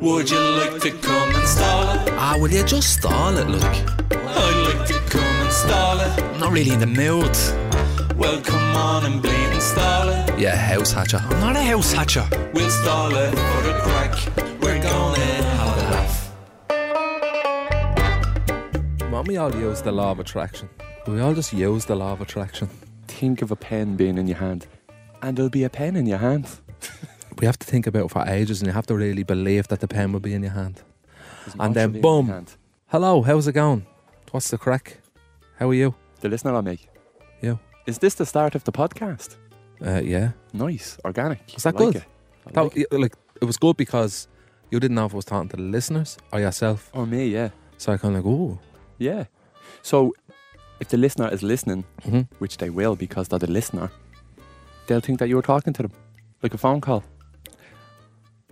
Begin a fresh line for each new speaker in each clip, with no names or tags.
Would you like to come and stall it?
Ah, will you just stall it, look?
I'd like to come and stall it.
I'm not really in the mood.
Well, come on and bleed and stall it.
Yeah, house hatcher. I'm not a house hatcher.
We'll stall it for the crack. We're gonna have a laugh.
Why we all use the law of attraction? We all just use the law of attraction.
Think of a pen being in your hand, and there'll be a pen in your hand.
We have to think about it for ages and you have to really believe that the pen will be in your hand.
There's
And
an
then
option being in your
boom.
hand.
Hello, how's it going? What's the crack? How are you?
The listener I make.
Yeah.
Is this the start of the podcast?
Uh, yeah.
Nice, organic.
Is that
I like
good?
It. I
That,
like it.
like, like, it was good because you didn't know if I was talking to the listeners or yourself.
Or Oh, me, yeah,
So I kind of like, ooh.
yeah. So, if the listener is listening,
Mhm.
which they will because they're the listener, they'll think that you were talking to them, like a phone call.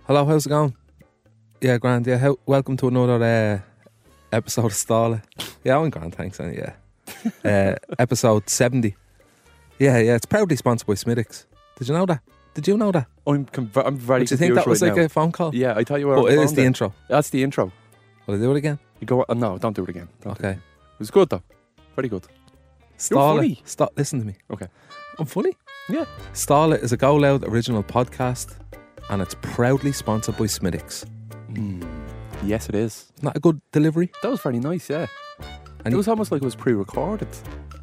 Hello, how's it going? Yeah, Grand. Yeah, how, welcome to another uh, episode of Starlet. Yeah, I'm Grand. Thanks. And yeah, uh, episode seventy. Yeah, yeah. It's proudly sponsored by Smittix. Did you know that? Did you know that?
Oh, I'm conver- I'm very.
Did you think that was
confused right
like
now.
a phone call?
Yeah, I thought you were.
Oh,
on
it
phone
is the
then.
intro.
That's the intro.
Will I do it again?
You go. Oh, no, don't do it again. Don't do it.
Okay.
It was good though. Very good.
Starlet.
funny.
Stop. Listen to me.
Okay.
I'm funny.
Yeah.
Starlet is a Go Loud original podcast, and it's proudly sponsored by Smittix. Mm.
Yes, it is.
Not a good delivery.
That was very nice. Yeah,
And
it was almost like it was pre-recorded.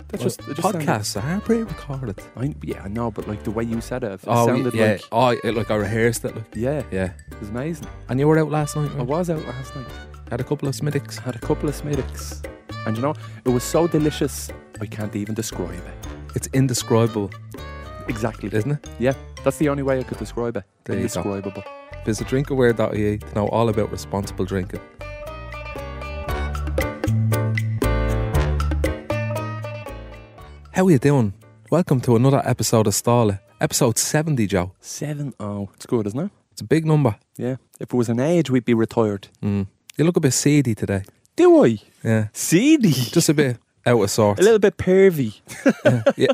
That's just, it just sounded-
podcasts are pre-recorded.
I, yeah, I know, but like the way you said it, it
Oh,
sounded
yeah.
like
oh, it, like I rehearsed it. Like,
yeah,
yeah.
it was amazing.
And you were out last night.
I
Right?
was out last night.
Had a couple of smittix.
I had a couple of smittix, and you know it was so delicious. I can't even describe it.
It's indescribable,
Exactly.
isn't it?
yeah, that's the only way I could describe it.
There you go.
Indescribable.
Visit drinkaware.ie to know all about responsible drinking. How are you doing? Welcome to another episode of Starla. Episode 70, Joe.
Seven oh, it's good, isn't it?
It's a big number.
Yeah. If it was an age, we'd be retired.
Mm. You look a bit seedy today.
Do I?
Yeah.
Seedy.
Just a bit out of
a
sorts.
little bit pervy.
Yeah.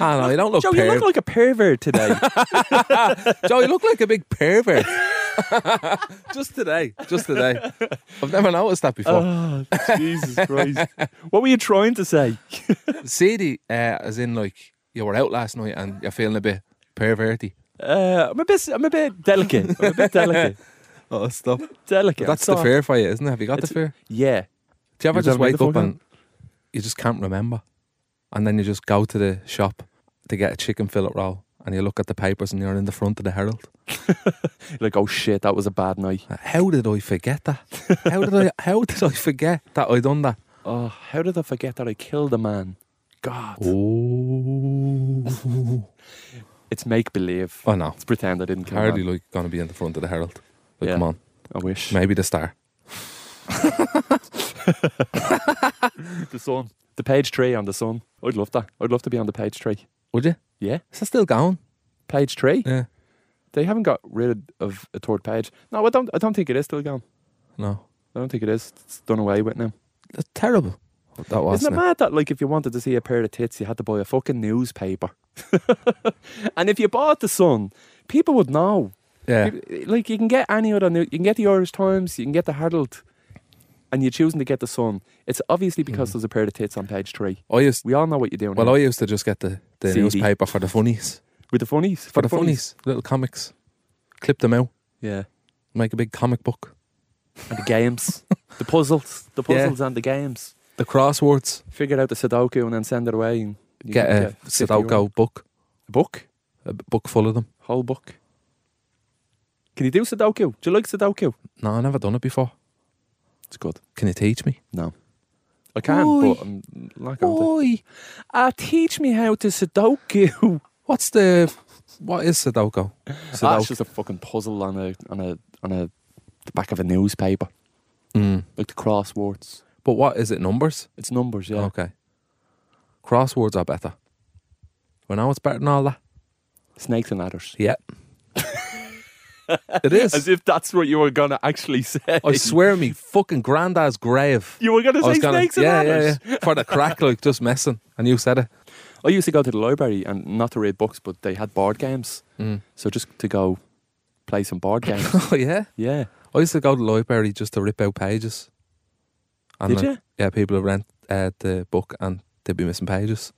I know, you don't look
Joe,
perv.
you look like a pervert today.
Joe, you look like a big pervert. just today. Just today. Uh. I've never noticed that before.
oh, Jesus Christ. What were you trying to say?
Sadie, uh, as in like you were out last night and you're feeling a bit perverty.
Uh, I'm a bit, I'm a bit delicate. I'm a bit delicate.
Oh, stop.
Delicate.
That's
I'm
the
sorry.
fear for you, isn't it? Have you got
It's-
the fear?
Yeah.
Do you ever
You
just
tell me
wake
the
up
fuck
and you just can't remember? And then you just go to the shop to get a chicken fillet roll and you look at the papers and you're in the front of the Herald. Uh,
Like, oh shit, that was a bad night.
How did I forget that? How did I how did I forget that I done that?
Oh, how did I forget that I killed a man? God.
Oh,
It's make believe.
I know.
Let's pretend I didn't kill a
Hardly
man.
like gonna be in the front of the Herald. Like,
Yeah.
come on.
I wish.
Maybe the star.
The sun. The page tree on the sun. I'd love that. I'd love to be on the page tree.
Would you?
Yeah.
Is that still going?
Page tree.
Yeah.
They haven't got rid of a third page. No, I don't. I don't think it is still gone.
No.
I don't think it is. It's done away with now.
That's terrible. That was
Isn't it mad that like if you wanted to see a pair of tits, you had to buy a fucking newspaper? and if you bought the Sun, people would know.
Yeah.
Peop- Like you can get any other new, you can get the Irish Times, you can get the Herald, and you're choosing to get the Sun. It's obviously because there's a pair of tits on page three.
I used
We all know what you're doing.
Hmm. well,
now.
I used to just get the, the
CD.
newspaper for the funnies,
with the funnies,
for the funnies, little comics, clip them out,
yeah,
make a big comic book,
and the games, the puzzles, the
Yeah.
puzzles and the games.
the crosswords,
Figure out the Sudoku and then send it away. And you
get a
50 euro.
Sudoku book,
book,
a b- book full of them.
whole book. Can you do Sudoku? Do you like Sudoku?
No, I never done it before.
It's good.
Can you teach me?
No. I can,
Oi.
but I'm not going to.
Oi,
Uh, teach me how to Sudoku.
what's the what is Sudoku?
That's
Sudoku.
just a fucking puzzle on a on a on a the back of a newspaper,
Mm.
like the crosswords.
But what is it? Numbers.
It's numbers, yeah.
Okay. Crosswords are better. We know it's better than all that.
Snakes and ladders.
Yeah. it is.
As if that's what you were gonna actually say.
I swear, me fucking granddad's grave.
you were gonna
I
say
was gonna,
snakes
yeah,
and ladders.
yeah, yeah, for the crack, like just messing, and you said it.
I used to go to the library and not to read books, but they had board games. So just to go play some board games.
oh yeah,
yeah.
I used to go to the library just to rip out pages. And
Did
like,
you?
Yeah, people would rent uh, the book and they'd be missing pages.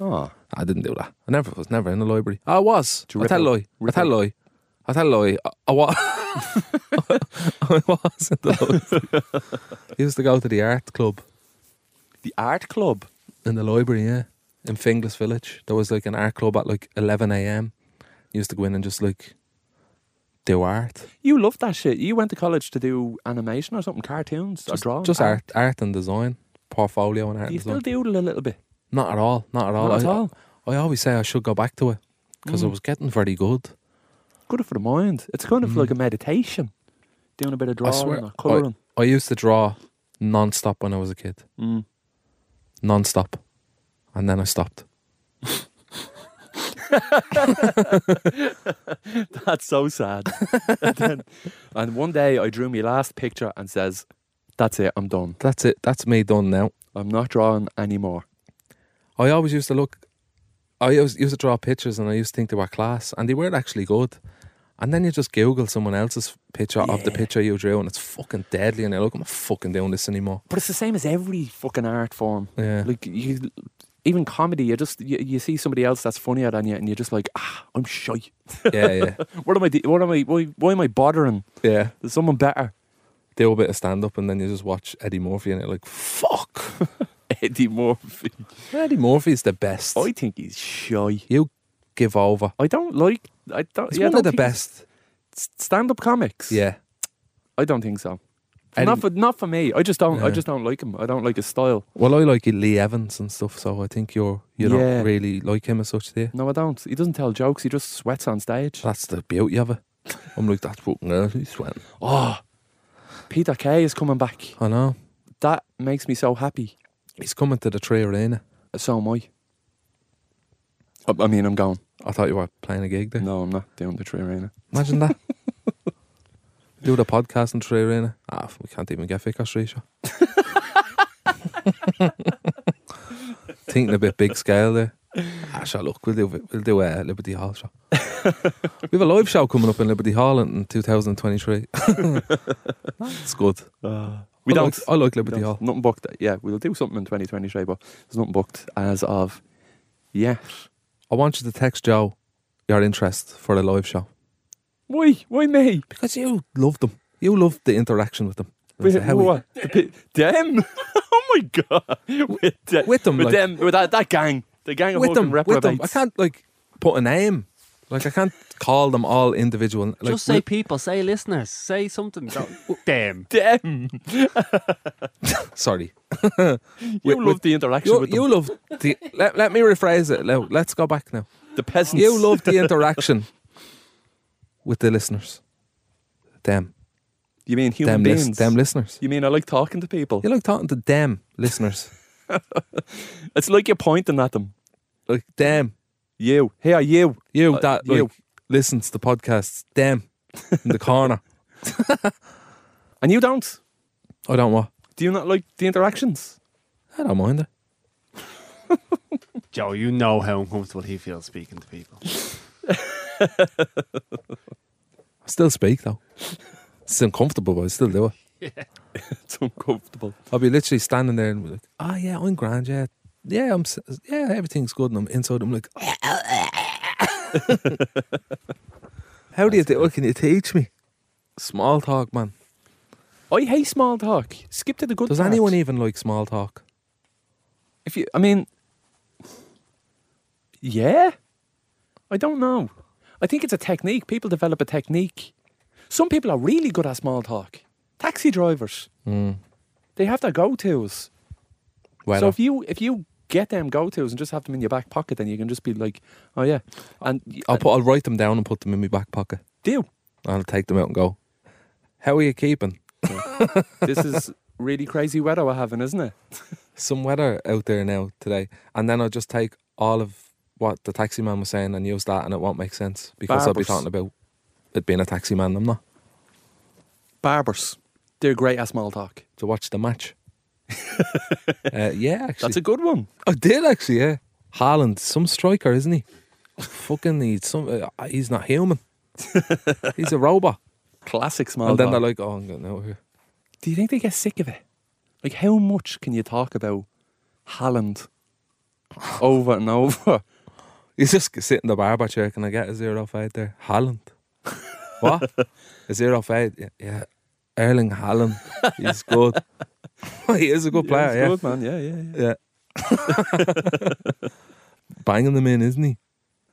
Oh.
I didn't do that. I never was never in the library. I was.
To
I
rip
tell
out-
lie. I
rip
tell lie. I tell lie. I, I was. I was in the library. I used to go to the art club
The art club.
in the library. Yeah, in Finglas Village, there was like an art club at like eleven a.m. You used to go in and just like do art,
You loved that shit. You went to college to do animation or something, cartoons or
just,
drawing. Ah.
just art, art and design, portfolio and art.
Do
And
you still
design.
doodle a little bit?
Not at all. Not at all.
Not
I,
at all.
I always say I should go back to it because I
Mm.
was getting very good.
Good for the mind. It's kind of
Mm.
like a meditation. Doing a bit of drawing
swear-
or colouring.
I used to draw non-stop when I was a kid.
Mm.
non-stop and then I stopped.
That's so sad. and, then, and one day I drew my last picture and says, That's it, I'm done.
That's it. That's me done now.
I'm not drawing anymore.
I always used to look I always used to draw pictures and I used to think they were class and they weren't actually good. And then you just Google someone else's picture of the
Yeah.
picture you drew and it's fucking deadly and you're like, I'm not fucking doing this anymore.
But it's the same as every fucking art form.
Yeah.
Like you even comedy, you just you, you see somebody else that's funnier than you and you're just like, ah, I'm shy.
Yeah, yeah.
What am I do- what am I why, why am I bothering?
Yeah.
There's someone better.
Do a bit of stand up and then you just watch Eddie Murphy and you're like, fuck.
Eddie Murphy.
Eddie Murphy's the best.
I think he's shy.
You give over.
I don't like I don't
He's
yeah, I
one of
don't
the
think he's-
best.
stand up comics.
Yeah.
I don't think so.
Eddie-
not for not for me. I just don't. I
Yeah.
just don't like him. I don't like his style.
Well, I like Lee Evans and stuff, so I think you're you
Yeah.
don't really like him as such, do you?
No, I don't. He doesn't tell jokes. He just sweats on stage.
That's the beauty of it. I'm like, that's fucking hell, he's sweating.
Oh, Peter Kay is coming back.
I know.
That makes me so happy.
He's coming to the Tree Arena.
So am I. I- I mean, I'm going.
I thought you were playing a gig there.
No, I'm not doing the Tree Arena.
Imagine that. Do the podcast in Tree Arena. Ah, we can't even get Vickers Street Show. Thinking a bit big scale there. Ah, sure, look, we'll do, we'll do a Liberty Hall show. we have a live show coming up in Liberty Hall in 2023. That's good.
we
I
don't.
Uh, Like, I like
we
Liberty
don't.
Hall.
Nothing booked. Yeah, we'll do something in 2023, but there's nothing booked as of. Yeah.
I want you to text Joe your interest for a live show
Why? Why me?
because you love them. You love the interaction with them. And say, "How we-"
What? The pe- them? oh my god! With, the-
With them,
with
like-
them, with that, that gang, the gang of
with them,
fucking
with them.
reprobates.
I can't like put a name. Like I can't call them all individual. Like,
Just say
we-
people, say listeners, say something. Damn.
Them.
sorry.
You
With-
love
with-
the interaction
You,
with them.
you love the. Let, let me rephrase it. Now. Let's go back now.
the peasants.
You love the interaction with the listeners. Them,
You mean human
them,
beings?
lis- them listeners.
you mean I like talking to people?
You like talking to them listeners,
It's like you're pointing at them.
like them.
You. Hey, are you?
You
Uh,
that
you.
like listens to podcasts, them in the corner.
And you don't.
I don't want.
Do you not like the interactions?
I don't mind it.
Joe, you know how uncomfortable he feels speaking to people.
I still speak though. It's uncomfortable, but I still do it.
It's uncomfortable.
I'll be literally standing there and be like, "Ah, yeah, I'm grand, yeah, yeah, I'm, s- yeah, everything's good." And I'm inside, I'm like, "How do you do? it? Can you teach me small talk, man?
I hate small talk. Skip to the good.
Does
parts.
anyone even like small talk?
If you, I mean, yeah, I don't know. I think it's a technique. People develop a technique. Some people are really good at small talk. Taxi drivers,
Hmm.
they have their go tos.
Well,
So if you if you get them go tos and just have them in your back pocket, then you can just be like, oh yeah, and y-
I'll put, I'll write them down and put them in my back pocket.
do.
I'll take them out and go. How are you keeping?
This is really crazy weather we're having, isn't it?
Some weather out there now today, and then I'll just take all of what the taxi man was saying and use that, and it won't make sense because I'll be
Barbers.
talking about it being a taxi man. I'm not.
Barbers, they're great at small talk.
to watch the match. uh, yeah, actually.
That's a good one.
I did actually, yeah. Haaland, some striker, isn't he? Fucking, he's, some, uh, he's not human. He's a robot.
Classic small
and then
talk.
they're like, oh, I'm getting out of here.
Do you think they get sick of it? Like, how much can you talk about Holland over and over?
He's just sitting in the barber chair. Can I get a zero fade there? Holland. what? A zero fade? Yeah. yeah. Erling Haaland. He's good. he is a good player,
it's
yeah.
good, man. Yeah, yeah, yeah.
Yeah. Banging them in, isn't he?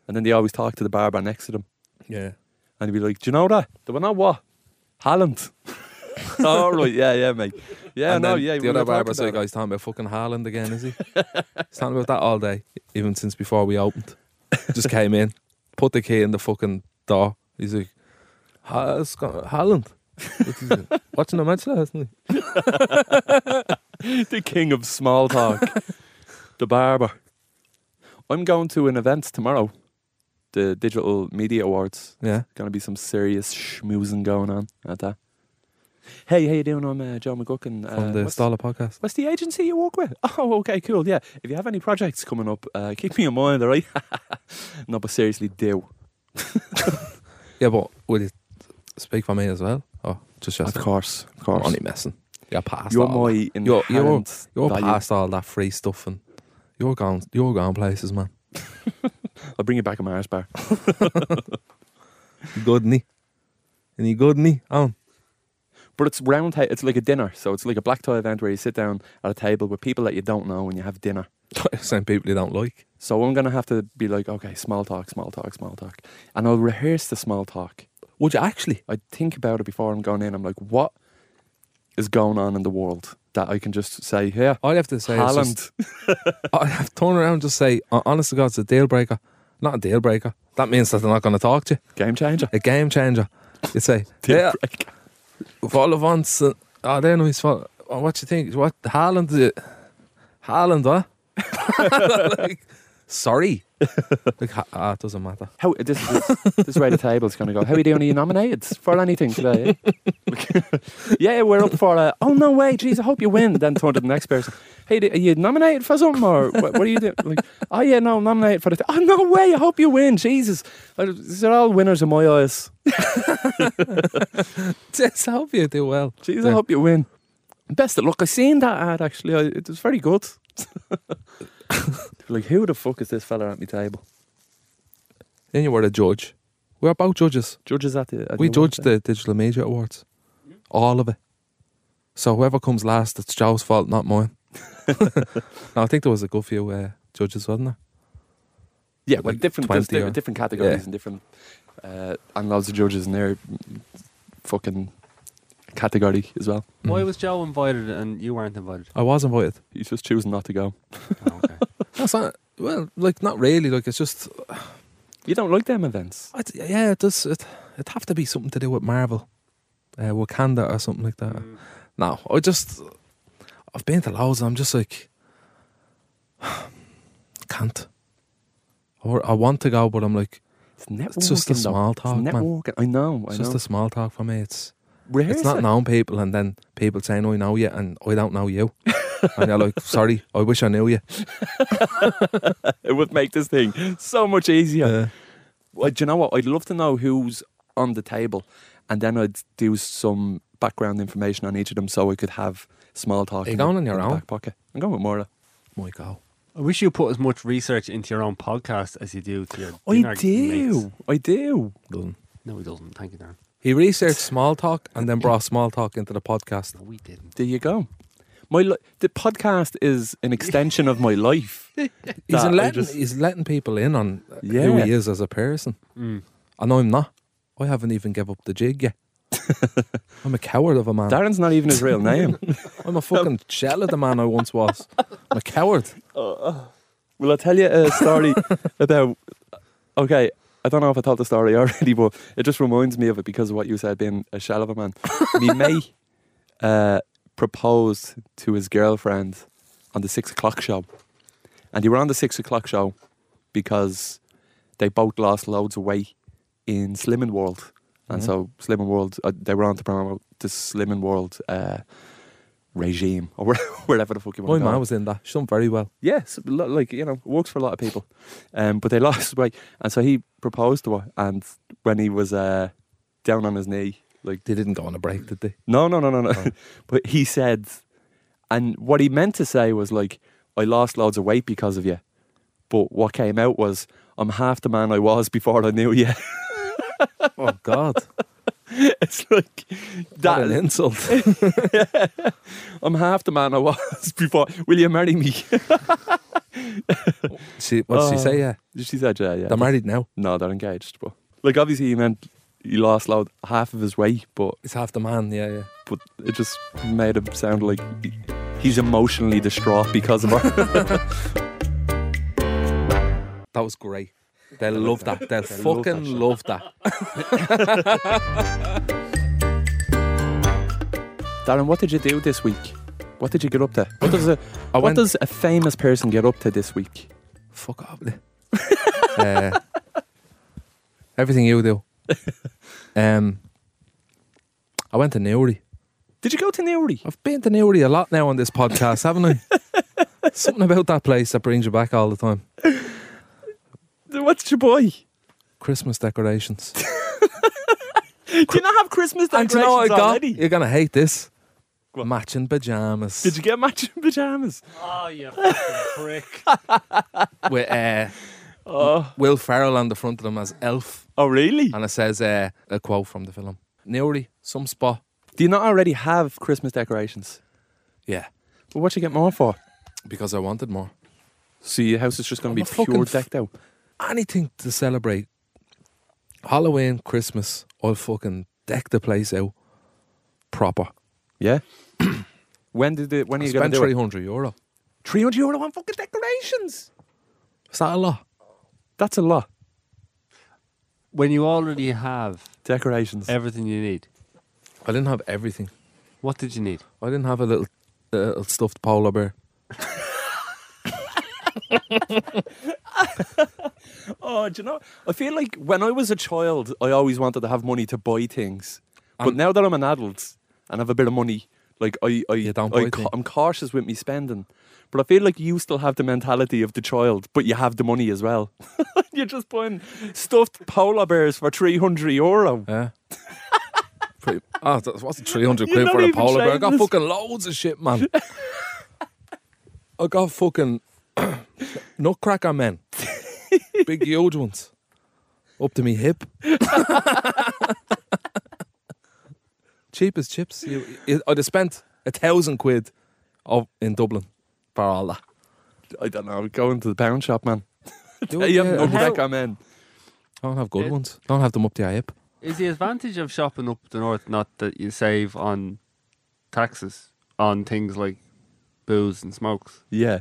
And then they always talk to the barber next to them,
Yeah.
and he'd be like, "Do you know that? Do we know what? Holland." All right, yeah, yeah, mate. Yeah,
and
no,
then
yeah. we
the
were
other
talking
barber's
about
like,
it.
oh, he's talking about fucking Haaland again, is he? he's talking about that all day, even since before we opened. Just came in, put the key in the fucking door. He's like, "Ha- it's go- Haaland. He's like, Watching the match last night.
the king of small talk, the barber. I'm going to an event tomorrow, the Digital Media Awards.
Yeah.
Going to be some serious schmoozing going on at that. Hey, how you doing? I'm uh, Joe McGuckin.
From
uh,
the
what's,
Stoller podcast.
what's the agency you work with? Oh, okay, cool. Yeah. If you have any projects coming up, uh, keep me in mind, all right? no, but seriously, do.
Yeah, but will you speak for me as well? Oh, just yourself.
course, of
I'm only messing. You're past
You're
all that.
my
You're-
inherent
you're- er You're
value.
past all that free stuff and you're going, you're going places, man.
I'll bring you back a Mars bar.
You good, knee. And you good, knee. Oh,
But it's round. ta- It's like a dinner, so it's like a black tie event where you sit down at a table with people that you don't know and you have dinner.
same people you don't like.
So I'm gonna have to be like, okay, small talk, small talk, small talk, and I'll rehearse the small talk.
Would you actually?
I think about it before I'm going in. I'm like, what is going on in the world that I can just say, yeah,
All you have to Oh, say is just,
Holland.
I have to turn around and just say, "Hon- honest to God, it's a deal breaker. Not a deal breaker. That means that they're not going to talk to you.
game changer.
A game changer. You say, yeah, follow once. Uh, oh, they're nice. fella. Oh, what you think? What, Haaland? Uh, Haaland, huh? like, sorry. Like, ha- ah, it doesn't matter.
How this this, this way the table's gonna go? How are you doing? Are you nominated for anything today? eh?" yeah, we're up for. Uh, oh no way! Jeez, I hope you win. Then turn to the next person. Hey, d- are you nominated for something or what, what are you doing? Like, oh yeah, no, I'm nominated for the. oh no way! I hope you win. Jesus, Uh, these are all winners in my eyes.
Just hope you do well.
Jeez, I
Yeah.
hope you win. Best of luck. I seen that ad actually. I, it was very good. like, who the fuck is this fella at my table?
Then you were a judge. We're both judges.
Judges at the. At
We
the awards,
judge
eh?
the Digital Media Awards. All of it. So whoever comes last, it's Joe's fault, not mine. no, I think there was a good few uh, judges, wasn't there?
Yeah, well,
like
different, there's
20
di-
or-
different categories
yeah.
and different, uh, and loads of judges in their fucking category as well.
Why was Joe invited and you weren't invited?
Mm. I was invited.
He's just choosing not to go.
Oh, okay.
That's not, well, like not really. Like it's just,
You don't like them events.
it, yeah, it does. It it have to be something to do with Marvel, uh, Wakanda or something like that.
Mm.
No, I just, I've been to loads. And I'm just like, can't. Or I want to go, but I'm like,
It's networking.
it's just a
though.
small talk,
It's
man.
networking. I know.
It's
I know.
just a small talk for me. It's
Rehearse
it's not
it.
known people and then people saying, I know you and I don't know you. and you're like, sorry, I wish I knew you.
It would make this thing so much easier. Well, do you know what? I'd love to know who's on the table, and then I'd do some background information on each of them so I could have small talk.
Are you
in
going
the-
on your
in the
own?
back pocket. I'm going with Maura.
My God.
I wish you put as much research into your own podcast as you do to your.
I
dinner
do.
mates.
I do.
Done.
No, he doesn't. Thank you, Darren.
He researched small talk and then brought small talk into the podcast.
No, we didn't.
There you go. My li- the podcast is an extension of my life.
He's
That I
letting
just-
he's letting people in on who
Yeah.
he is as a person.
Mm.
I know I'm not. I haven't even give up the jig yet. I'm a coward of a man.
Darren's not even his real name.
I'm a fucking shell of the man I once was. I'm a coward.
Well, I'll Uh, tell you a story about. Okay, I don't know if I told the story already, but it just reminds me of it because of what you said being a shell of a man. Me mate uh, proposed to his girlfriend on the six o'clock show, and they were on the six o'clock show because they both lost loads of weight in Slimming World, and
Mhm.
so Slimming World uh, they were on to promote the Slimming World uh, regime or where- wherever the fuck you
My
want to go.
man was in that. She's done very well.
Yes, lo- like you know, works for a lot of people, um, but they lost weight, and so he proposed to her. And when he was uh, down on his knee, like
They didn't go on a break, did they?
no, no, no, no, no. but he said, and what he meant to say was like, I lost loads of weight because of you. But what came out was, I'm half the man I was before I knew you.
Oh God,
it's like
that an
that.
insult.
I'm half the man I was before. Will you marry me?
She what did she
Oh.
say? Yeah,
she said, yeah, yeah.
they're married now.
no, they're engaged. But like, obviously, he meant he lost load half of his weight, but
It's half the man. Yeah, yeah.
but it just made him sound like he- he's emotionally distraught because of her.
That was great. They love that. They
love that
fucking
shit.
love that.
Darren, what did you do this week? What did you get up to? What does a
I
what
went
does a famous person get up to this week?
fuck off. Lee. uh, everything you do. Um, I went to Newry.
Did you go to Newry?
I've been to Newry a lot now on this podcast, haven't I? Something about that place that brings you back all the time.
What's your boy?
Christmas decorations.
Do you not have Christmas
and
decorations
do you know what I got?
already?
You're gonna hate this.
What?
Matching pajamas.
Did you get matching pajamas?
Oh, you fucking prick.
With uh,
Oh,
Will Ferrell on the front of them as Elf,
oh, really?
and it says uh, a quote from the film. Newry, some spot.
Do you not already have Christmas decorations?
Yeah,
Well, what you get more for?
because I wanted more.
So your house is just
I'm
going to
a
be
fucking
pure
f-
decked out.
Anything to celebrate. Halloween, Christmas, I'll fucking deck the place out proper.
Yeah. when did it? When are
I
you going
spent
to do
three
it?
hundred euro.
Three hundred euro on fucking decorations.
Is that a lot?
That's a lot.
When you already have
Decorations.
everything you need,
I didn't have everything.
what did you need?
I didn't have a little, a little stuffed polar bear.
Oh, do you know? I feel like when I was a child, I always wanted to have money to buy things. But
Um,
now that I'm an adult and have a bit of money, like I, I,
don't
I
buy things.
am cautious with me spending. But I feel like you still have the mentality of the child, but you have the money as well. You're just buying stuffed polar bears for 300 euro.
Yeah. Pretty, oh, that was 300
Eh? You're
quid
not
for a
even
polar bear. I
trying
got
this.
fucking loads of shit, man. I got fucking nutcracker men. Big, huge ones. Up to me hip. Cheap as chips. You, you, I'd have spent a thousand quid of, in Dublin for all that.
I don't know. Go into the pound shop, man.
Do
Oh, Yeah,
it,
you have no
I
deck, I'm in.
don't have good
It-
ones. Don't have them up to your hip.
Is the advantage of shopping up the north not that you save on taxes on things like booze and smokes?
Yeah.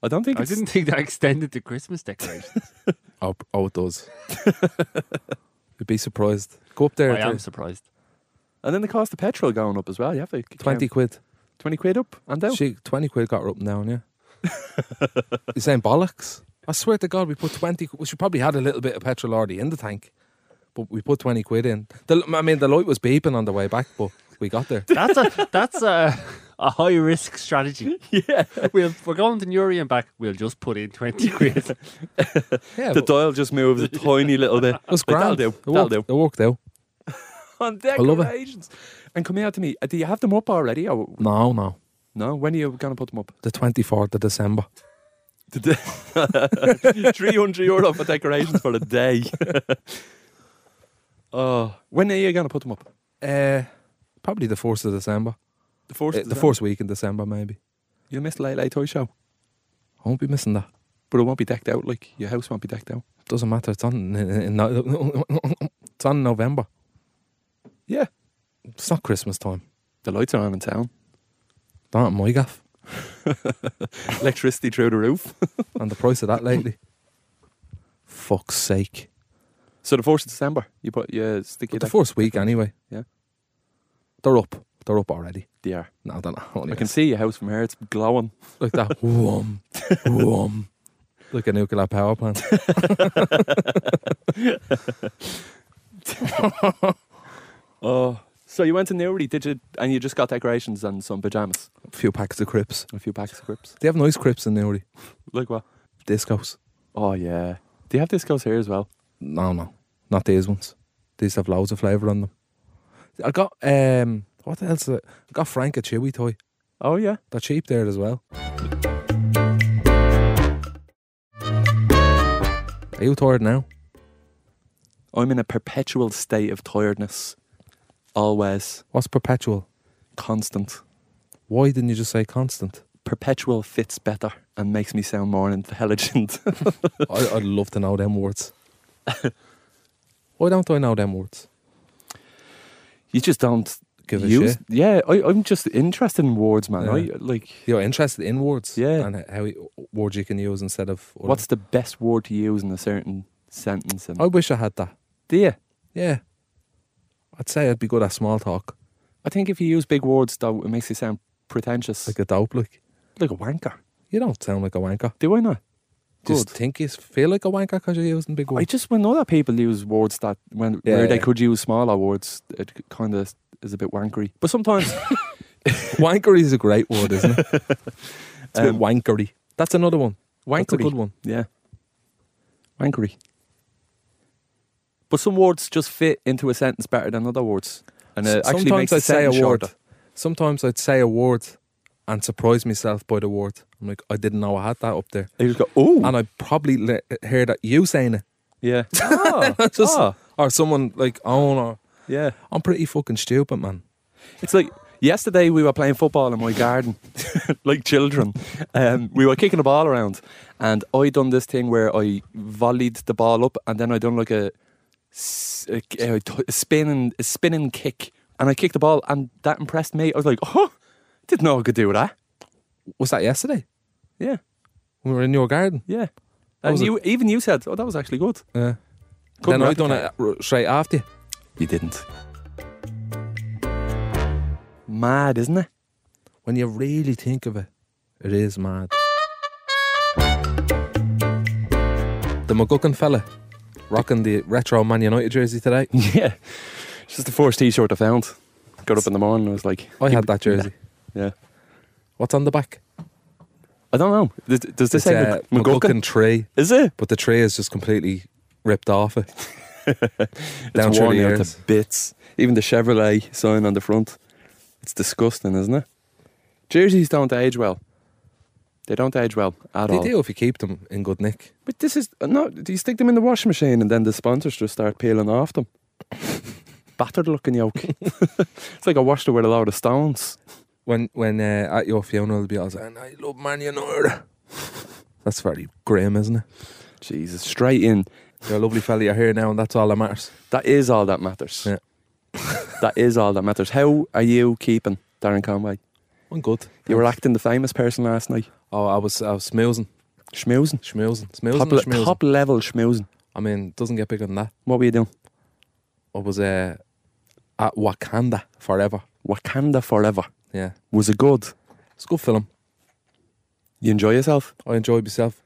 I don't think
I
it's.
didn't think that extended to Christmas decorations.
Oh, oh it does. You'd be surprised. Go up there.
I am
to
surprised.
And then the cost of petrol going up as well. You have to count.
20 quid.
20 quid up and down.
She twenty quid got her up and down, yeah. You're saying bollocks? I swear to God, we put twenty. qu- We should probably had a little bit of petrol already in the tank, but we put twenty quid in. The, I mean, the light was beeping on the way back, but we got there.
That's a that's a, a high risk strategy.
Yeah.
We'll, we're going to Newry and back. We'll just put in twenty quid.
Yeah,
The
but
dial just moves a tiny little bit.
it was
Like,
grand.
That'll do.
It
That'll
worked,
do.
It worked out.
On
love it.
decorations. And come out to me. uh, Do you have them up already? Or
No, no,
no? When are you going to put them up?
the twenty fourth of December.
Today. 300 euro for decorations for a day. oh, when are you going to put them up?
Uh, probably the fourth of December.
The first.
Uh, the first week in December, maybe.
You missed Late Late Toy Show,
I won't be missing that.
but it won't be decked out. Like your house won't be decked out.
Doesn't matter. It's on. In, in, in, it's on in November.
Yeah,
It's not Christmas time.
the lights are on in town.
Not at my gaff.
Electricity through the roof.
and the price of that lately. Fuck's sake.
so the first of December, you put you stick your
But the
deck-
first week anyway.
Yeah.
They're up. They're up already.
Yeah.
No, I don't know.
I can see your house from here. It's glowing.
like that. Whom, whom. Like a nuclear power plant.
Oh, So you went to Newry, did you? And you just got decorations and some pajamas,
A few packs of Crips.
a few packs of grips.
They have nice Crips in Newry.
Like what?
Discos.
Oh yeah. Do you have discos here as well?
No, no, not these ones. These have loads of flavour on them. I got um, what else? is it? I got Frank a chewy toy.
Oh yeah.
They're cheap there as well. Are you tired now?
I'm in a perpetual state of tiredness, always
What's perpetual?
constant.
Why didn't you just say constant?
Perpetual fits better and makes me sound more intelligent.
I, I'd love to know them words. Why don't I know them words?
you just don't
Give a
use.
shit.
Yeah, I, I'm just interested in words, man.
Yeah.
I like.
You're interested in words,
Yeah.
and how you- words you can use instead of other-
What's the best word to use in a certain sentence? And
I wish I had that.
do you?
Yeah, I'd say I'd be good at small talk,
I think if you use big words, though, it makes you sound pretentious, like
like a dope, like.
a, like a wanker.
You don't sound like a wanker.
Do I not?
Just
Good.
think you feel like a wanker because you're using big
I
words.
just when other people use words that when
Yeah,
where they
yeah.
could use smaller words, it kind of is a bit wankery. But sometimes
wankery is a great word, isn't it? it's a bit
Um,
wankery. That's another one. That's a
wankery.
good one.
Yeah. Wankery. But some words just fit into a sentence better than other words. And it
S-
actually
Sometimes
makes the
I'd say a
sentence
word.
shorter.
Sometimes I'd say a word and surprise myself by the word. I'm like, I didn't know I had that up there,
You just go, oh.
and I probably le- hear that you saying it,
yeah. Ah,
Just-
ah,
or someone like, oh no,
yeah.
I'm pretty fucking stupid, man.
It's like yesterday we were playing football in my garden, like children. Um, we were kicking the ball around, and I done this thing where I volleyed the ball up, and then I done like a, s- a, a t- a spinning a spinning kick, and I kicked the ball, and that impressed me. I was like, oh, didn't know I could do that.
Was that yesterday
Yeah,
when we were in your garden?
yeah.
That
And
was a-
you, even you said, oh, that was actually good.
Yeah.
Couldn't
then I done
replicate
it r- straight after you.
You didn't. Mad, isn't it?
When you really think of it, it is mad. The McGuckin fella rocking the retro Man United jersey today.
Yeah. It's just the first t shirt I found. Got up in the morning and I was like,
I had that jersey.
Yeah.
What's on the back?
I don't know. Does, does this
It's uh,
say
a
Mc- McGuckin?
McGuckin tree,
Is it?
but the tree is just completely ripped off it. Down
it's
through
worn
the
out
years.
to bits. Even the Chevrolet sign on the front. It's disgusting, isn't it? Jerseys don't age well. They don't age well at
They
all.
do if you keep them in good nick.
But this is uh, no. Do you stick them in the washing machine and then the sponsors just start peeling off them? Battered looking yoke. it's like I washed it with a lot of stones.
When when uh, at your funeral, they'll be all saying, "I love Man United." That's very grim, isn't it?
Jesus, straight in.
You're a lovely fella. You're here now, and that's all that matters.
That is all that matters.
Yeah.
that is all that matters. How are you keeping, Darren Conway?
I'm Oh, good.
You were acting the famous person last night.
Oh, I was I was schmoozing,
Schmoozing.
schmoozing, schmoozing,
Top,
or
le-
schmoozing?
top level schmoozing.
I mean, doesn't get bigger than that.
What were you doing?
I was uh, at Wakanda Forever.
Wakanda Forever.
Yeah,
Was it good?
it's a good film.
You enjoy yourself?
I enjoyed myself.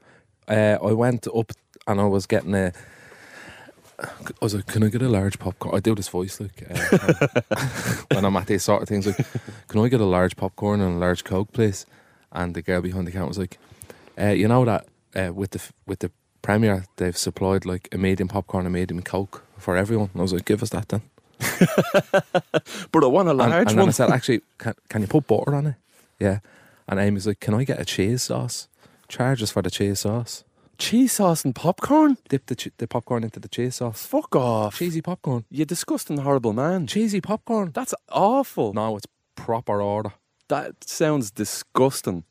Uh, I went up and I was getting a. I was like, "Can I get a large popcorn?" I do this voice like uh, when I'm at these sort of things. Like, "Can I get a large popcorn and a large coke, please?" And the girl behind the counter was like, uh, "You know that uh, with the f- with the premiere, they've supplied like a medium popcorn, a medium coke for everyone." And I was like, "Give us that then."
But I want a
And-
large
and, then
one.
I said, actually, can, can you put butter on it? Yeah. And Amy's like, can I get a cheese sauce? Charge us for the cheese sauce.
Cheese sauce and popcorn?
Dip the, che- the popcorn into the cheese sauce.
Fuck off.
Cheesy popcorn.
You disgusting, horrible man.
Cheesy popcorn.
That's awful.
No, it's proper order.
That sounds disgusting.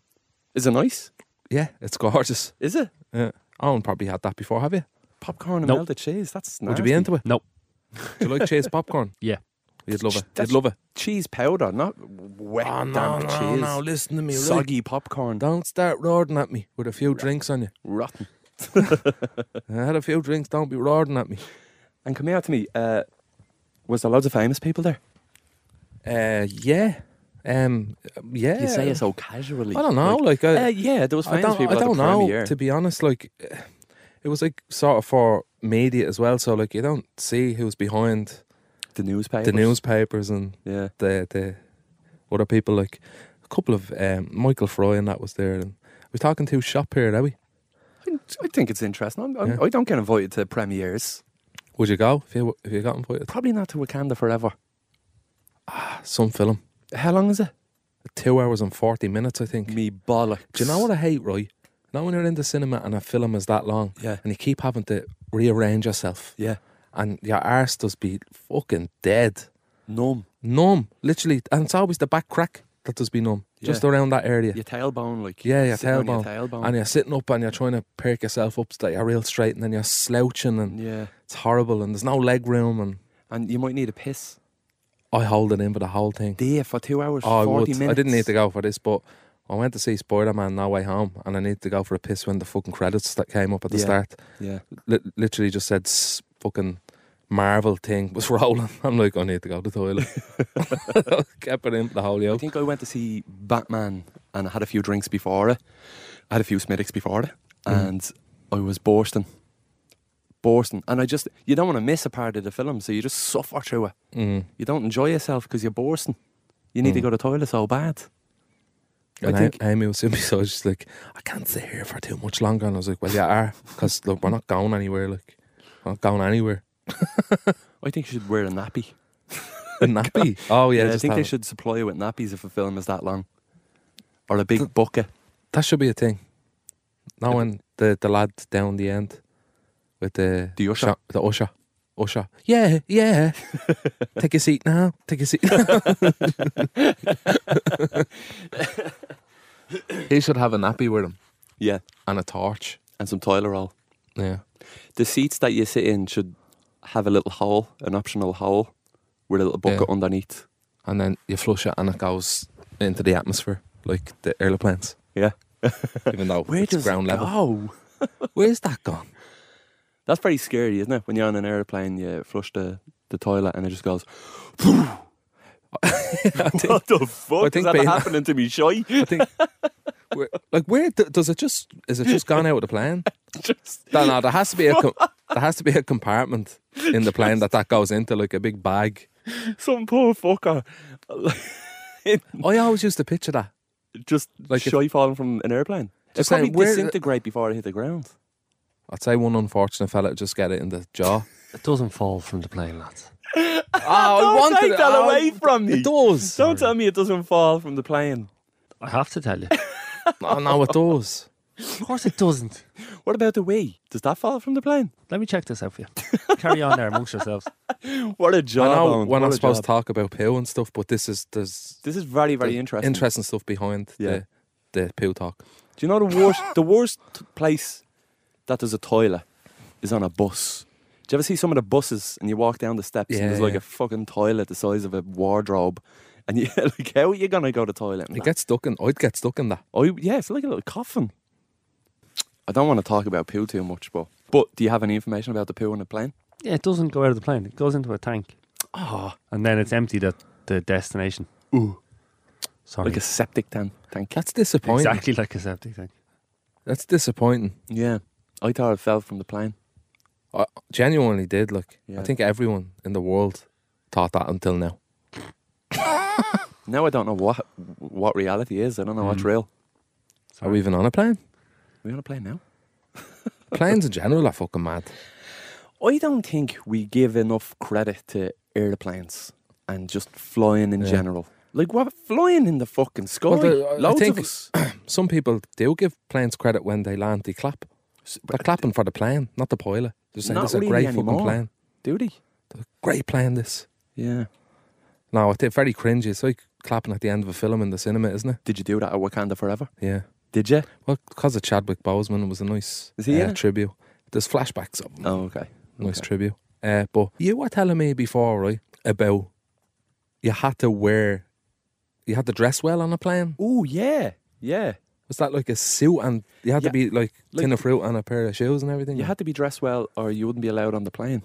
Is it nice?
Yeah, it's gorgeous.
Is it?
Yeah. Owen probably had that before, have you?
Popcorn and
Nope.
melted cheese. That's nasty.
Would you be into it?
Nope.
Do you like cheese popcorn?
Yeah.
You'd love it.
That's-
You'd love it.
Cheese powder, not wet damp cheese.
Listen to me.
Soggy popcorn.
Don't start roaring at me with a few drinks on you.
Rotten.
I had a few drinks. Don't be roaring at me.
And come here to me. Uh, was there loads of famous people there?
Uh, yeah. Um, yeah.
You say it so casually.
I don't know. Like, I,
Uh, yeah, there was
I
famous
don't,
people
I don't
at the
know.
premiere.
To be honest, like eh, it was like sort of for media as well. So like you don't see who's behind
the newspaper.
the newspapers and
Yeah.
the the other people like a couple of um, Michael Fry and that was there and I was talking to shop here, are we?
I, I think it's interesting. I'm, I'm,
Yeah.
I don't get invited to premieres.
Would you go if you if you got invited?
Probably not to Wakanda forever.
Some film,
How long is it?
two hours and forty minutes, I think.
Me bollocks.
Do you know what I hate, right? Now when you're in the cinema and a film is that long,
Yeah.
and you keep having to rearrange yourself,
Yeah.
and your arse does be fucking dead,
Numb.
numb, literally, and it's always the back crack that does be numb, just
Yeah.
around that area.
Your tailbone, like.
Yeah, your
sitting
tailbone.
on Your tailbone.
And you're sitting up and you're trying to perk yourself up so that you're real straight, and then you're slouching, and
yeah.
it's horrible, and there's no leg room, and
And you might need a piss.
I hold it in for the whole thing.
There for two hours,
Oh, I
40
would.
minutes.
I didn't need to go for this, but I went to see Spider Man No Way Home, and I needed to go for a piss when the fucking credits that came up at the
Yeah.
start
Yeah.
li- literally just said "S- fucking Marvel thing was rolling. I'm like, I need to go to the toilet. Kept it in for the whole
I
year.
think I went to see Batman and I had a few drinks before it. I had a few Smittix before it.
Mm-hmm.
And I was bursting. Bursting. And I just, you don't want to miss a part of the film, so you just suffer through it.
Mm.
You don't enjoy yourself because you're bursting. You need to
Mm.
go to the toilet so bad. I
And I
think-
think Amy was simply so I was just like, I can't stay here for too much longer. And I was like, well, yeah, because look, we're not going anywhere. Like, we're not going anywhere.
I think you should wear a nappy.
Wouldn't that be? Oh yeah,
I
just
think
have
they
it.
should supply you with nappies if a film is that long. Or a big bucket.
That should be a thing. Now when the the lad down the end with the
The usher.
shop- the usher, usher. Yeah, yeah. Take a seat now. Take a seat. he should have a nappy with him
Yeah.
and a torch.
And some toilet roll.
Yeah.
The seats that you sit in should have a little hole, an optional hole, with a little bucket
Yeah.
underneath.
And then you flush it and it goes into the atmosphere like the airplanes.
Yeah.
Even though it's ground level.
Oh,
Where's that gone?
that's pretty scary, isn't it? When you're on an airplane, you flush the, the toilet and it just goes. what the fuck
I
is
think
that
being-
happening to me, shy?
I think. where, like, where d- does it just? Is it just gone out of the plane?
Just-
No, no. There has to be a com- there has to be a compartment in the plane that that goes into, like a big bag.
Some poor fucker,
I always used to picture that.
just like
Like if-
shy falling from an airplane. It
Just
probably
saying, where-
disintegrate before it hit the ground.
I'd say one unfortunate fella would just get it in the jaw.
It doesn't fall from the plane, lads.
oh, I
Don't take
it.
that
Oh,
away from me.
It does.
Don't tell me it doesn't fall from the plane.
I have to tell you.
No, no, it does.
of course it doesn't.
What about the Wii? Does that fall from the plane?
Let me check this out for you. Carry on there amongst yourselves.
What a
I
job!
know
Owen,
when
what
I'm
a
supposed
job.
to talk about poo and stuff, but this is there's
This is very, very interesting.
interesting stuff behind
Yeah.
the the poo talk.
Do you know the worst? the worst t- place that there's a toilet is on a bus. Do you ever see some of the buses and you walk down the steps
Yeah,
and there's like
yeah.
a fucking toilet the size of a wardrobe, and you like how are you gonna go to toilet? in
You
that?
get stuck in. I'd get stuck in that.
oh yeah, it's like a little coffin. I don't want to talk about poo too much, but but do you have any information about the poo on the plane?
Yeah, it doesn't go out of the plane. It goes into a tank.
Oh,
And then it's emptied at the destination.
Ooh.
Sorry.
like a septic tank. Tank.
That's disappointing.
exactly like a septic tank.
That's disappointing.
Yeah, I thought it fell from the plane.
I genuinely did. Look,
Yeah.
I think everyone in the world thought that until now.
Now I don't know what what reality is. I don't know what's real.
Are we even on a plane?
We on a plane now?
Planes in general are fucking mad.
I don't think we give enough credit to airplanes and just flying in
Yeah.
general. Like we're flying in the fucking sky.
Well, the- uh, I
Loads
think-
of us.
Some people do give planes credit when they land. They clap. They're clapping for the plane, not the pilot. They're saying
Not
this is a
really
great
anymore.
fucking plane.
Do they?
Great plane. This.
Yeah.
No, I think very cringy. It's like clapping at the end of a film in the cinema, isn't it?
Did you do that at Wakanda Forever?
Yeah.
Did you?
Well, because of Chadwick Boseman, it was a nice uh,
Is he in it?
tribute. There's flashbacks of him.
Oh, okay.
Nice
Okay.
tribute. Uh, but you were telling me before, right, about you had to wear, you had to dress well on a plane.
Oh yeah, yeah.
Was that like a suit and you had
Yeah.
to be like,
Like-
tin of fruit and a pair of shoes and everything?
You had to be dressed well, or you wouldn't be allowed on the plane.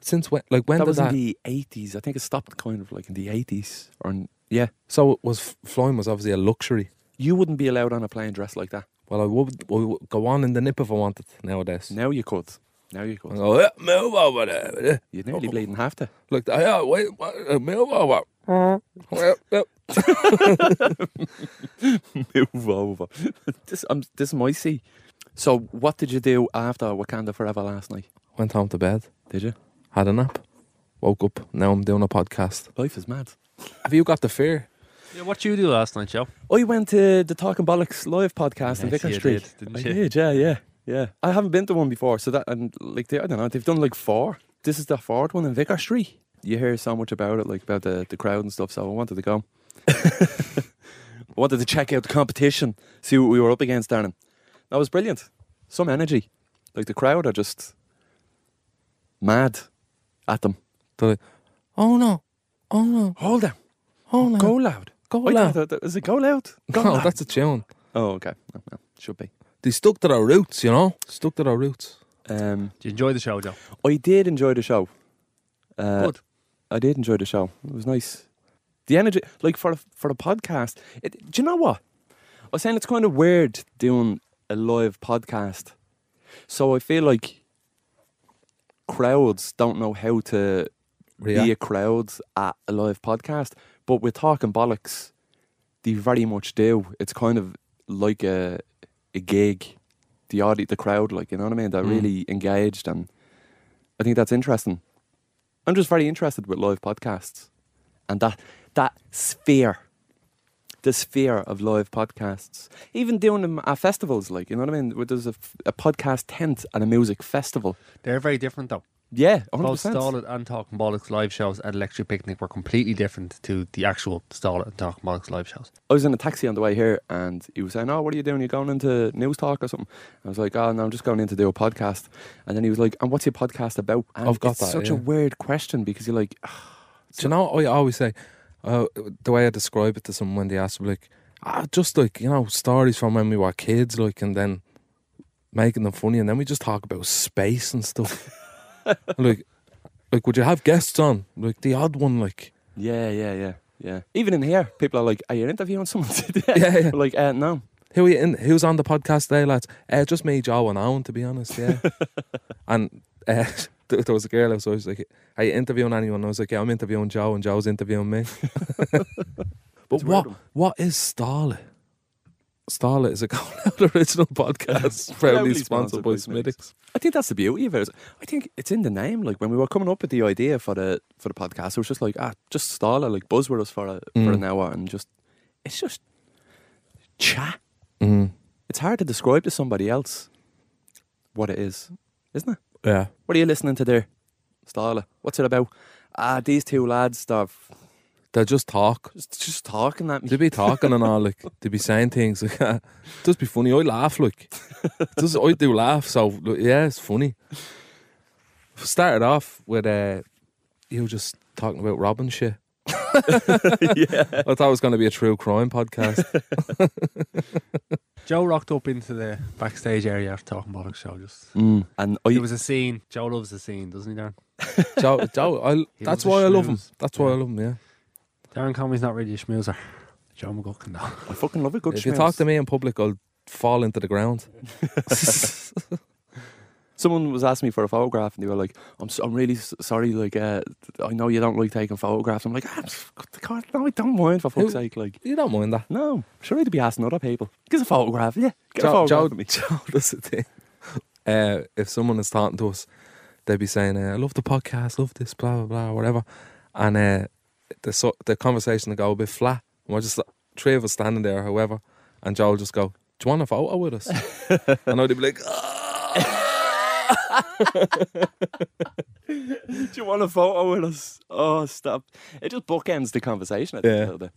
Since when? Like when
that
did
was
that?
in the eighties. I think it stopped kind of like in the eighties, or in, yeah.
so it was flying was obviously a luxury.
You wouldn't be allowed on a plane dressed like that.
Well, I would, I would go on in the nip if I wanted nowadays.
Now you could. Now you
I
go.
go, "Yeah, move over there. will you?"
You're nearly
Oh.
bleeding half there.
Look, I uh, wait, what, uh, move over. Well, well,
Move over. this, um, this is my seat. So, what did you do after Wakanda Forever last night?
Went home to bed,
Did you?
had a nap, woke up. Now I'm doing a podcast.
Life is mad.
Have you got the fear?
Yeah, what you do last night, Joe?
I Oh, went to the Talking Bollocks live podcast in
Yes,
Vicar
you
Street.
did, didn't
I
you?
did, yeah, yeah, yeah. I haven't been to one before, so that and like they, I don't know, they've done like four. This is the fourth one in Vicar Street. You hear so much about it, like about the, the crowd and stuff. So I wanted to go. I wanted to check out the competition, see what we were up against, Darren. That was brilliant. Some energy, like the crowd are just mad at them.
They're like, oh no, oh no,
Hold them,
oh no.
go loud, Oh,
Go
I
loud.
thought that- Is it go loud? Go
No,
loud.
that's a tune.
Oh, okay. No, no, should be.
They stuck to their roots, you know? Stuck to their roots.
Um,
Did you enjoy the show, Joe?
I did enjoy the show. Uh,
Good.
I did enjoy the show. It was nice. The energy, like for a, for a podcast. It, do you know what? I was saying it's kind of weird doing a live podcast. So I feel like crowds don't know how to be a crowd at a live podcast. But we're talking bollocks. They very much do. It's kind of like a a gig. The audi the crowd, like you know what I mean. They're
Mm.
really engaged, and I think that's interesting. I'm just very interested with live podcasts, and that that sphere, the sphere of live podcasts. Even doing them at festivals, like you know what I mean. Where there's a, f- a podcast tent at a music festival.
They're very different, though.
Yeah, 100%.
Both Stolid and Talking Bollocks live shows at Electric Picnic were completely different to the actual Stolid and Talking Bollocks live shows.
I was in a taxi on the way here and he was saying, Oh, what are you doing? You're going into news talk or something? I was like, Oh, no, I'm just going in to do a podcast. And then he was like, And what's your podcast about? And
I've got
it's
that,
such a
yeah.
weird question because you're like, "Ah,
Do you know what I always say? Uh, the way I describe it to someone when they ask me, like, ah, just like, you know, stories from when we were kids, like, and then making them funny. And then we just talk about space and stuff. like, like, would you have guests on? Like, the odd one, like,
Yeah, yeah, yeah, yeah. Even in here, people are like, Are you interviewing someone today?
Yeah, yeah.
We're like, uh, No.
who are you in? Who's on the podcast today, lads? Uh, just me, Joe, and Owen, to be honest, yeah. and uh, there there was a girl, so I was like, are you interviewing anyone? And I was like, yeah, I'm interviewing Joe, and Joe's interviewing me. but
It's a weird
what
one.
what is Starlet? Starlet is a Gone Out original podcast, proudly sponsored by Smittix.
I think that's the beauty of it. is- I think it's in the name. Like when we were coming up with the idea for the for the podcast, it was just like, ah, just stall it, like buzz with us for a, for
Mm.
an hour and just it's just chat.
Mm,
It's hard to describe to somebody else what it is, isn't it?
yeah.
What are you listening to there, Starla? What's it about? Ah, these two lads, they're f-
They just talk.
just, just talking at me.
They be talking and all, like, they be saying things. Like, just be funny. I laugh, like. Just, I do laugh, so, like, yeah, it's funny. Started off with uh, you just talking about robbing shit. yeah. I thought it was going to be a true crime podcast.
Joe rocked up into the backstage area after Talking Bollocks show. Just
Mm. And I,
it was a scene. Joe loves the scene, doesn't he, Darren?
Joe, Joe I,
He
that's
loves a
why I love him.
schmooze.
That's why I love him, yeah.
Darren Conway's not really a schmoozer. Joe McGuckin, though.
I fucking love a good
if you
schmooze.
talk to me in public, I'll fall into the ground.
Someone was asking me for a photograph and they were like, I'm, so, I'm really s- sorry, like, uh, I know you don't like taking photographs. I'm like, ah, pff, God, no, I don't mind for fuck's
Who-
sake. Like,
you don't mind that.
no, I'm sure I'd be asking other people. Get a photograph, yeah. Get a
Joe,
photograph
Joe,
of me.
Joe does the thing. Uh, if someone is talking to us, they'd be saying, uh, "I love the podcast, love this, blah blah blah, whatever," and uh, the so, the conversation will go a bit flat. And we're just like, three of us standing there, however, and Joe will just go, "Do you want a photo with us?" and I'd be like,
Do you want a photo with us? Oh, stop. It just bookends the conversation at the end
Yeah.
of the day.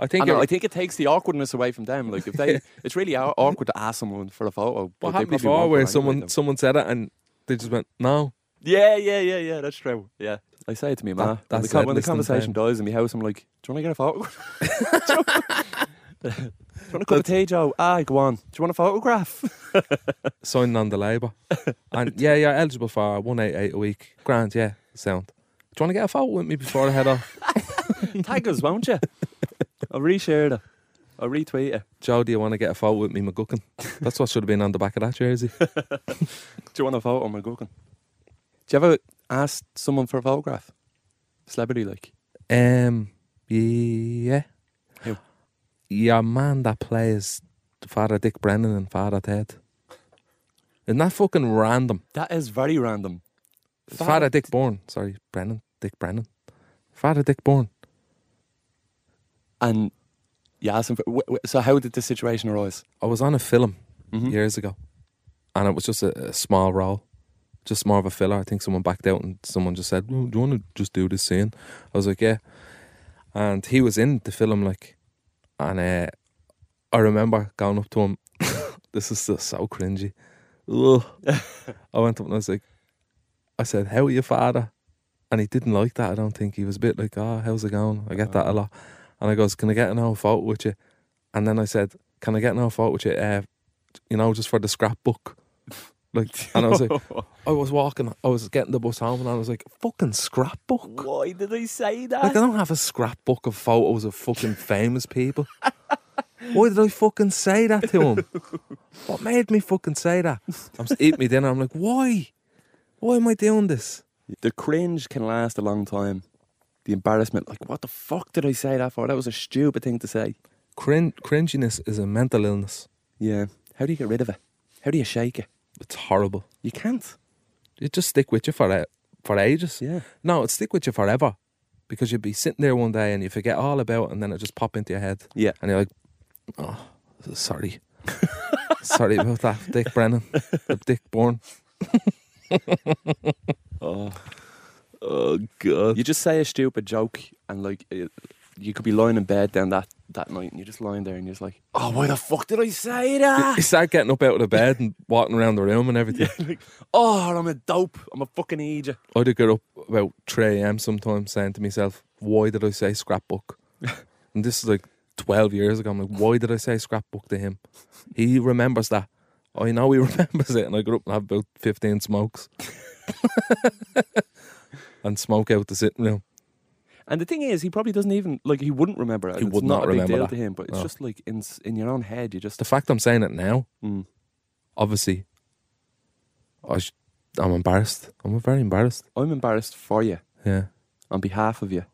"I
I,
think."
know,
it-
I think it takes the awkwardness away from them. Like if they, it's really aw- awkward to ask someone for a photo. but
what
they
happened
probably won't
before
anyway,
where someone
though.
someone said it and they just went, "No."
yeah, yeah, yeah, yeah. That's true. Yeah, I say it to me,
That-
man. when the,
that's
con-
it,
when the
listen
conversation dies in my house, I'm like, "Do you want to get a photo? Do you want a cup of tea, Joe? Ah, go on. Do you want a photograph?
Signing on the labour, and yeah, you're eligible for one eight eight a week. Grand, yeah, sound. Do you want to get a photo with me before I head off?
Tag us, won't you? I'll reshare it. I'll retweet it.
Joe, do you want to get a photo with me McGuckin? That's what should have been on the back of that jersey.
Do you want a photo, McGuckin? Do you ever ask someone for a photograph? Celebrity, like.
Um, yeah.
Who?
Your man that plays Father Dick Brennan and Father Ted. Isn't that fucking random?
That is very random.
Father, Dick Bourne. Sorry, Brennan. Dick Brennan. Father Dick Bourne.
And you ask him for. Wh- wh- so, how did this situation arise?
I was on a film
Mhm.
years ago and it was just a, a small role. Just more of a filler. I think someone backed out and someone just said, well, Do you want to just do this scene? I was like, Yeah. And he was in the film, like, and uh, I remember going up to him. this is just so cringy. Ugh. I went up and I was like, I said, How are you, father? And he didn't like that. I don't think he was a bit like, Oh, how's it going? I get that a lot. And I goes, Can I get an old photo with you? And then I said, Can I get an old photo with you? Uh, you know, just for the scrapbook. Like, and I was like, I was walking, I was getting the bus home, and I was like, fucking scrapbook.
Why did I say that?
Like, I don't have a scrapbook of photos of fucking famous people. Why did I fucking say that to him? What made me fucking say that? I'm s- eating my dinner. I'm like, why? Why am I doing this?
The cringe can last a long time. The embarrassment, like, what the fuck did I say that for? That was a stupid thing to say.
Crin- cringiness is a mental illness.
Yeah. How do you get rid of it? How do you shake it?
It's horrible.
You can't.
It just stick with you for a- for ages.
Yeah.
No, it'd stick with you forever because you'd be sitting there one day and you forget all about it and then it just pop into your head.
Yeah.
And you're like, oh, sorry. sorry about that, Dick Brennan. Uh, Dick Bourne.
Oh.
Oh, God.
You just say a stupid joke and, like, it, you could be lying in bed down that, that night and you're just lying there and you're just like, oh, why the fuck did I say that?
He started getting up out of the bed and walking around the room and everything.
like, oh, I'm a dope. I'm a fucking idiot.
I'd get up about 3 a.m. sometimes saying to myself, why did I say scrapbook? and this is like 12 years ago. I'm like, why did I say scrapbook to him? He remembers that. I know he remembers it. And I got up and have about 15 smokes and smoke out the sitting room.
And the thing is, he probably doesn't even, like, he wouldn't remember it.
He
It's
would
not,
not
a big
remember
deal
that.
to him, but it's
No.
just like in, s- in your own head, you just.
The fact I'm saying it now,
Mm.
obviously, I sh- I'm embarrassed. I'm very embarrassed.
I'm embarrassed for you.
Yeah.
on behalf of you.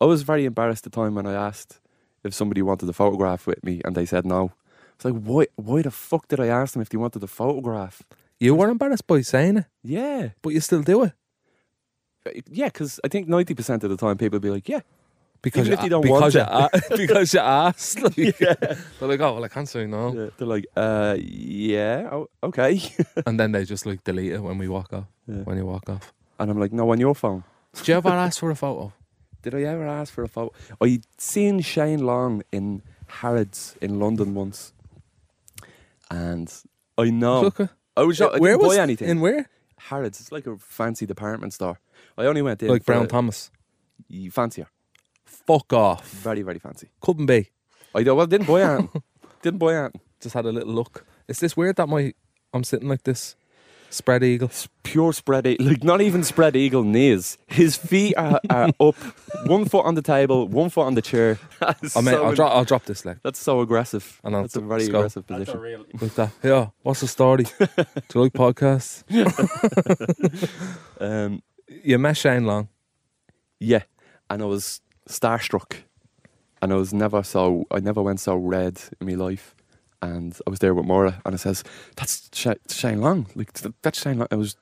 I was very embarrassed the time when I asked if somebody wanted a photograph with me and they said no. It's like why why the fuck did I ask them if they wanted a photograph?
You were embarrassed by saying it,
Yeah.
but you still do it.
Yeah, because I think 90% of the time people be like, yeah,
Because
Even if
you,
you don't
because
want
you,
it.
a- because you asked. Like, They're like, oh, well, I can't say no.
Yeah. They're like, uh, yeah, oh, okay.
And then they just like delete it when we walk off.
Yeah.
When you walk off.
And I'm like, no, on your phone.
Did you ever ask for a photo?
Did I ever ask for a photo? I seen Shane Long in Harrods in London once. And I know.
Look, uh,
I was shocked. Oh. I didn't buy
it?
anything.
In where?
Harrods. It's like a fancy department store. I only went in
Like
for
Brown
the-
Thomas.
y- fancier,
Fuck off.
very very fancy.
Couldn't be.
I don't, well didn't buy anything. didn't buy anything.
Just had a little look. Is this weird that my I'm sitting like this? Spread eagle.
Pure spread eagle, like not even spread eagle knees. His feet are, are up, one foot on the table, one foot on the chair. That's
I mean,
so,
I'll, dro- I'll drop this leg
that's so aggressive.
And I'll
that's a very
scope.
aggressive
That's a
position.
real.
like that. Yeah. What's the story? Do you like podcasts?
Um,
You met Shane Long.
yeah, and I was starstruck, and I was never so I never went so red in my life. And I was there with Maura, and I says, "That's Sha- Shane Long. Like th- that's Shane Long." It was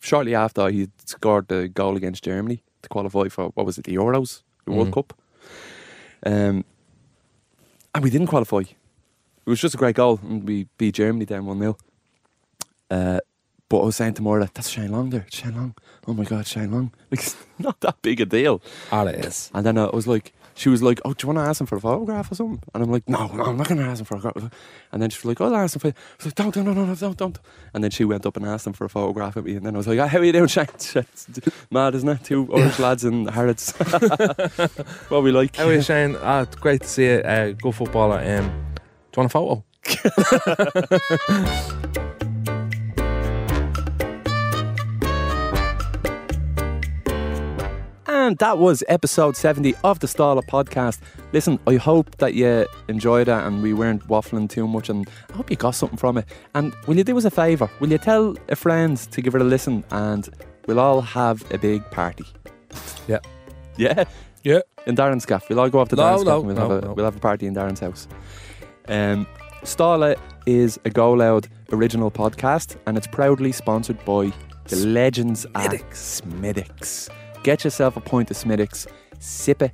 shortly after he scored the goal against Germany to qualify for what was it, the Euros, the World
Mhm.
Cup. Um, and we didn't qualify. It was just a great goal, and we beat Germany down one 0 uh, But I was saying to Maura, "That's Shane Long there, Shane Long. Oh my God, Shane Long. Like it's not that big a deal."
Ah, it is.
And then I was like, she was like, "Oh, do you want to ask him for a photograph or something?" And I'm like, "No, no, I'm not going to ask him for a photograph." And then she was like, "Oh, I'll ask him for." I was like, "Don't, don't, no, no, no, don't, don't." And then she went up and asked him for a photograph of me. And then I was like, oh, "How are you doing, Shane?" Shane's d- Mad, isn't it? Two Irish lads in Harrods. what we like?
Anyway, Shane, ah, it's great to see you. Uh, good footballer. Um, do you want a photo?
And that was episode 70 of the Stala podcast. Listen, I hope that you enjoyed that and we weren't waffling too much. And I hope you got something from it. And will you do us a favour? Will you tell a friend to give it a listen? And we'll all have a big party.
Yeah.
Yeah.
Yeah.
In Darren's gaff. We'll all go off to
No,
Darren's gaff
no,
and we'll,
no,
have a,
no.
we'll have a party in Darren's house. Um, Stala is a Go Loud original podcast and it's proudly sponsored by the legends at Smiddix. Get yourself a pint of Smiddix, sip it,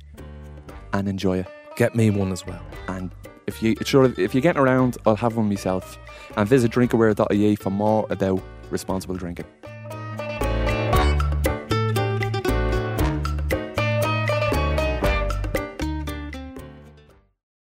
and enjoy it.
Get me one as well.
And if you sure if you're getting around, I'll have one myself. And visit drinkaware.ie for more about responsible drinking.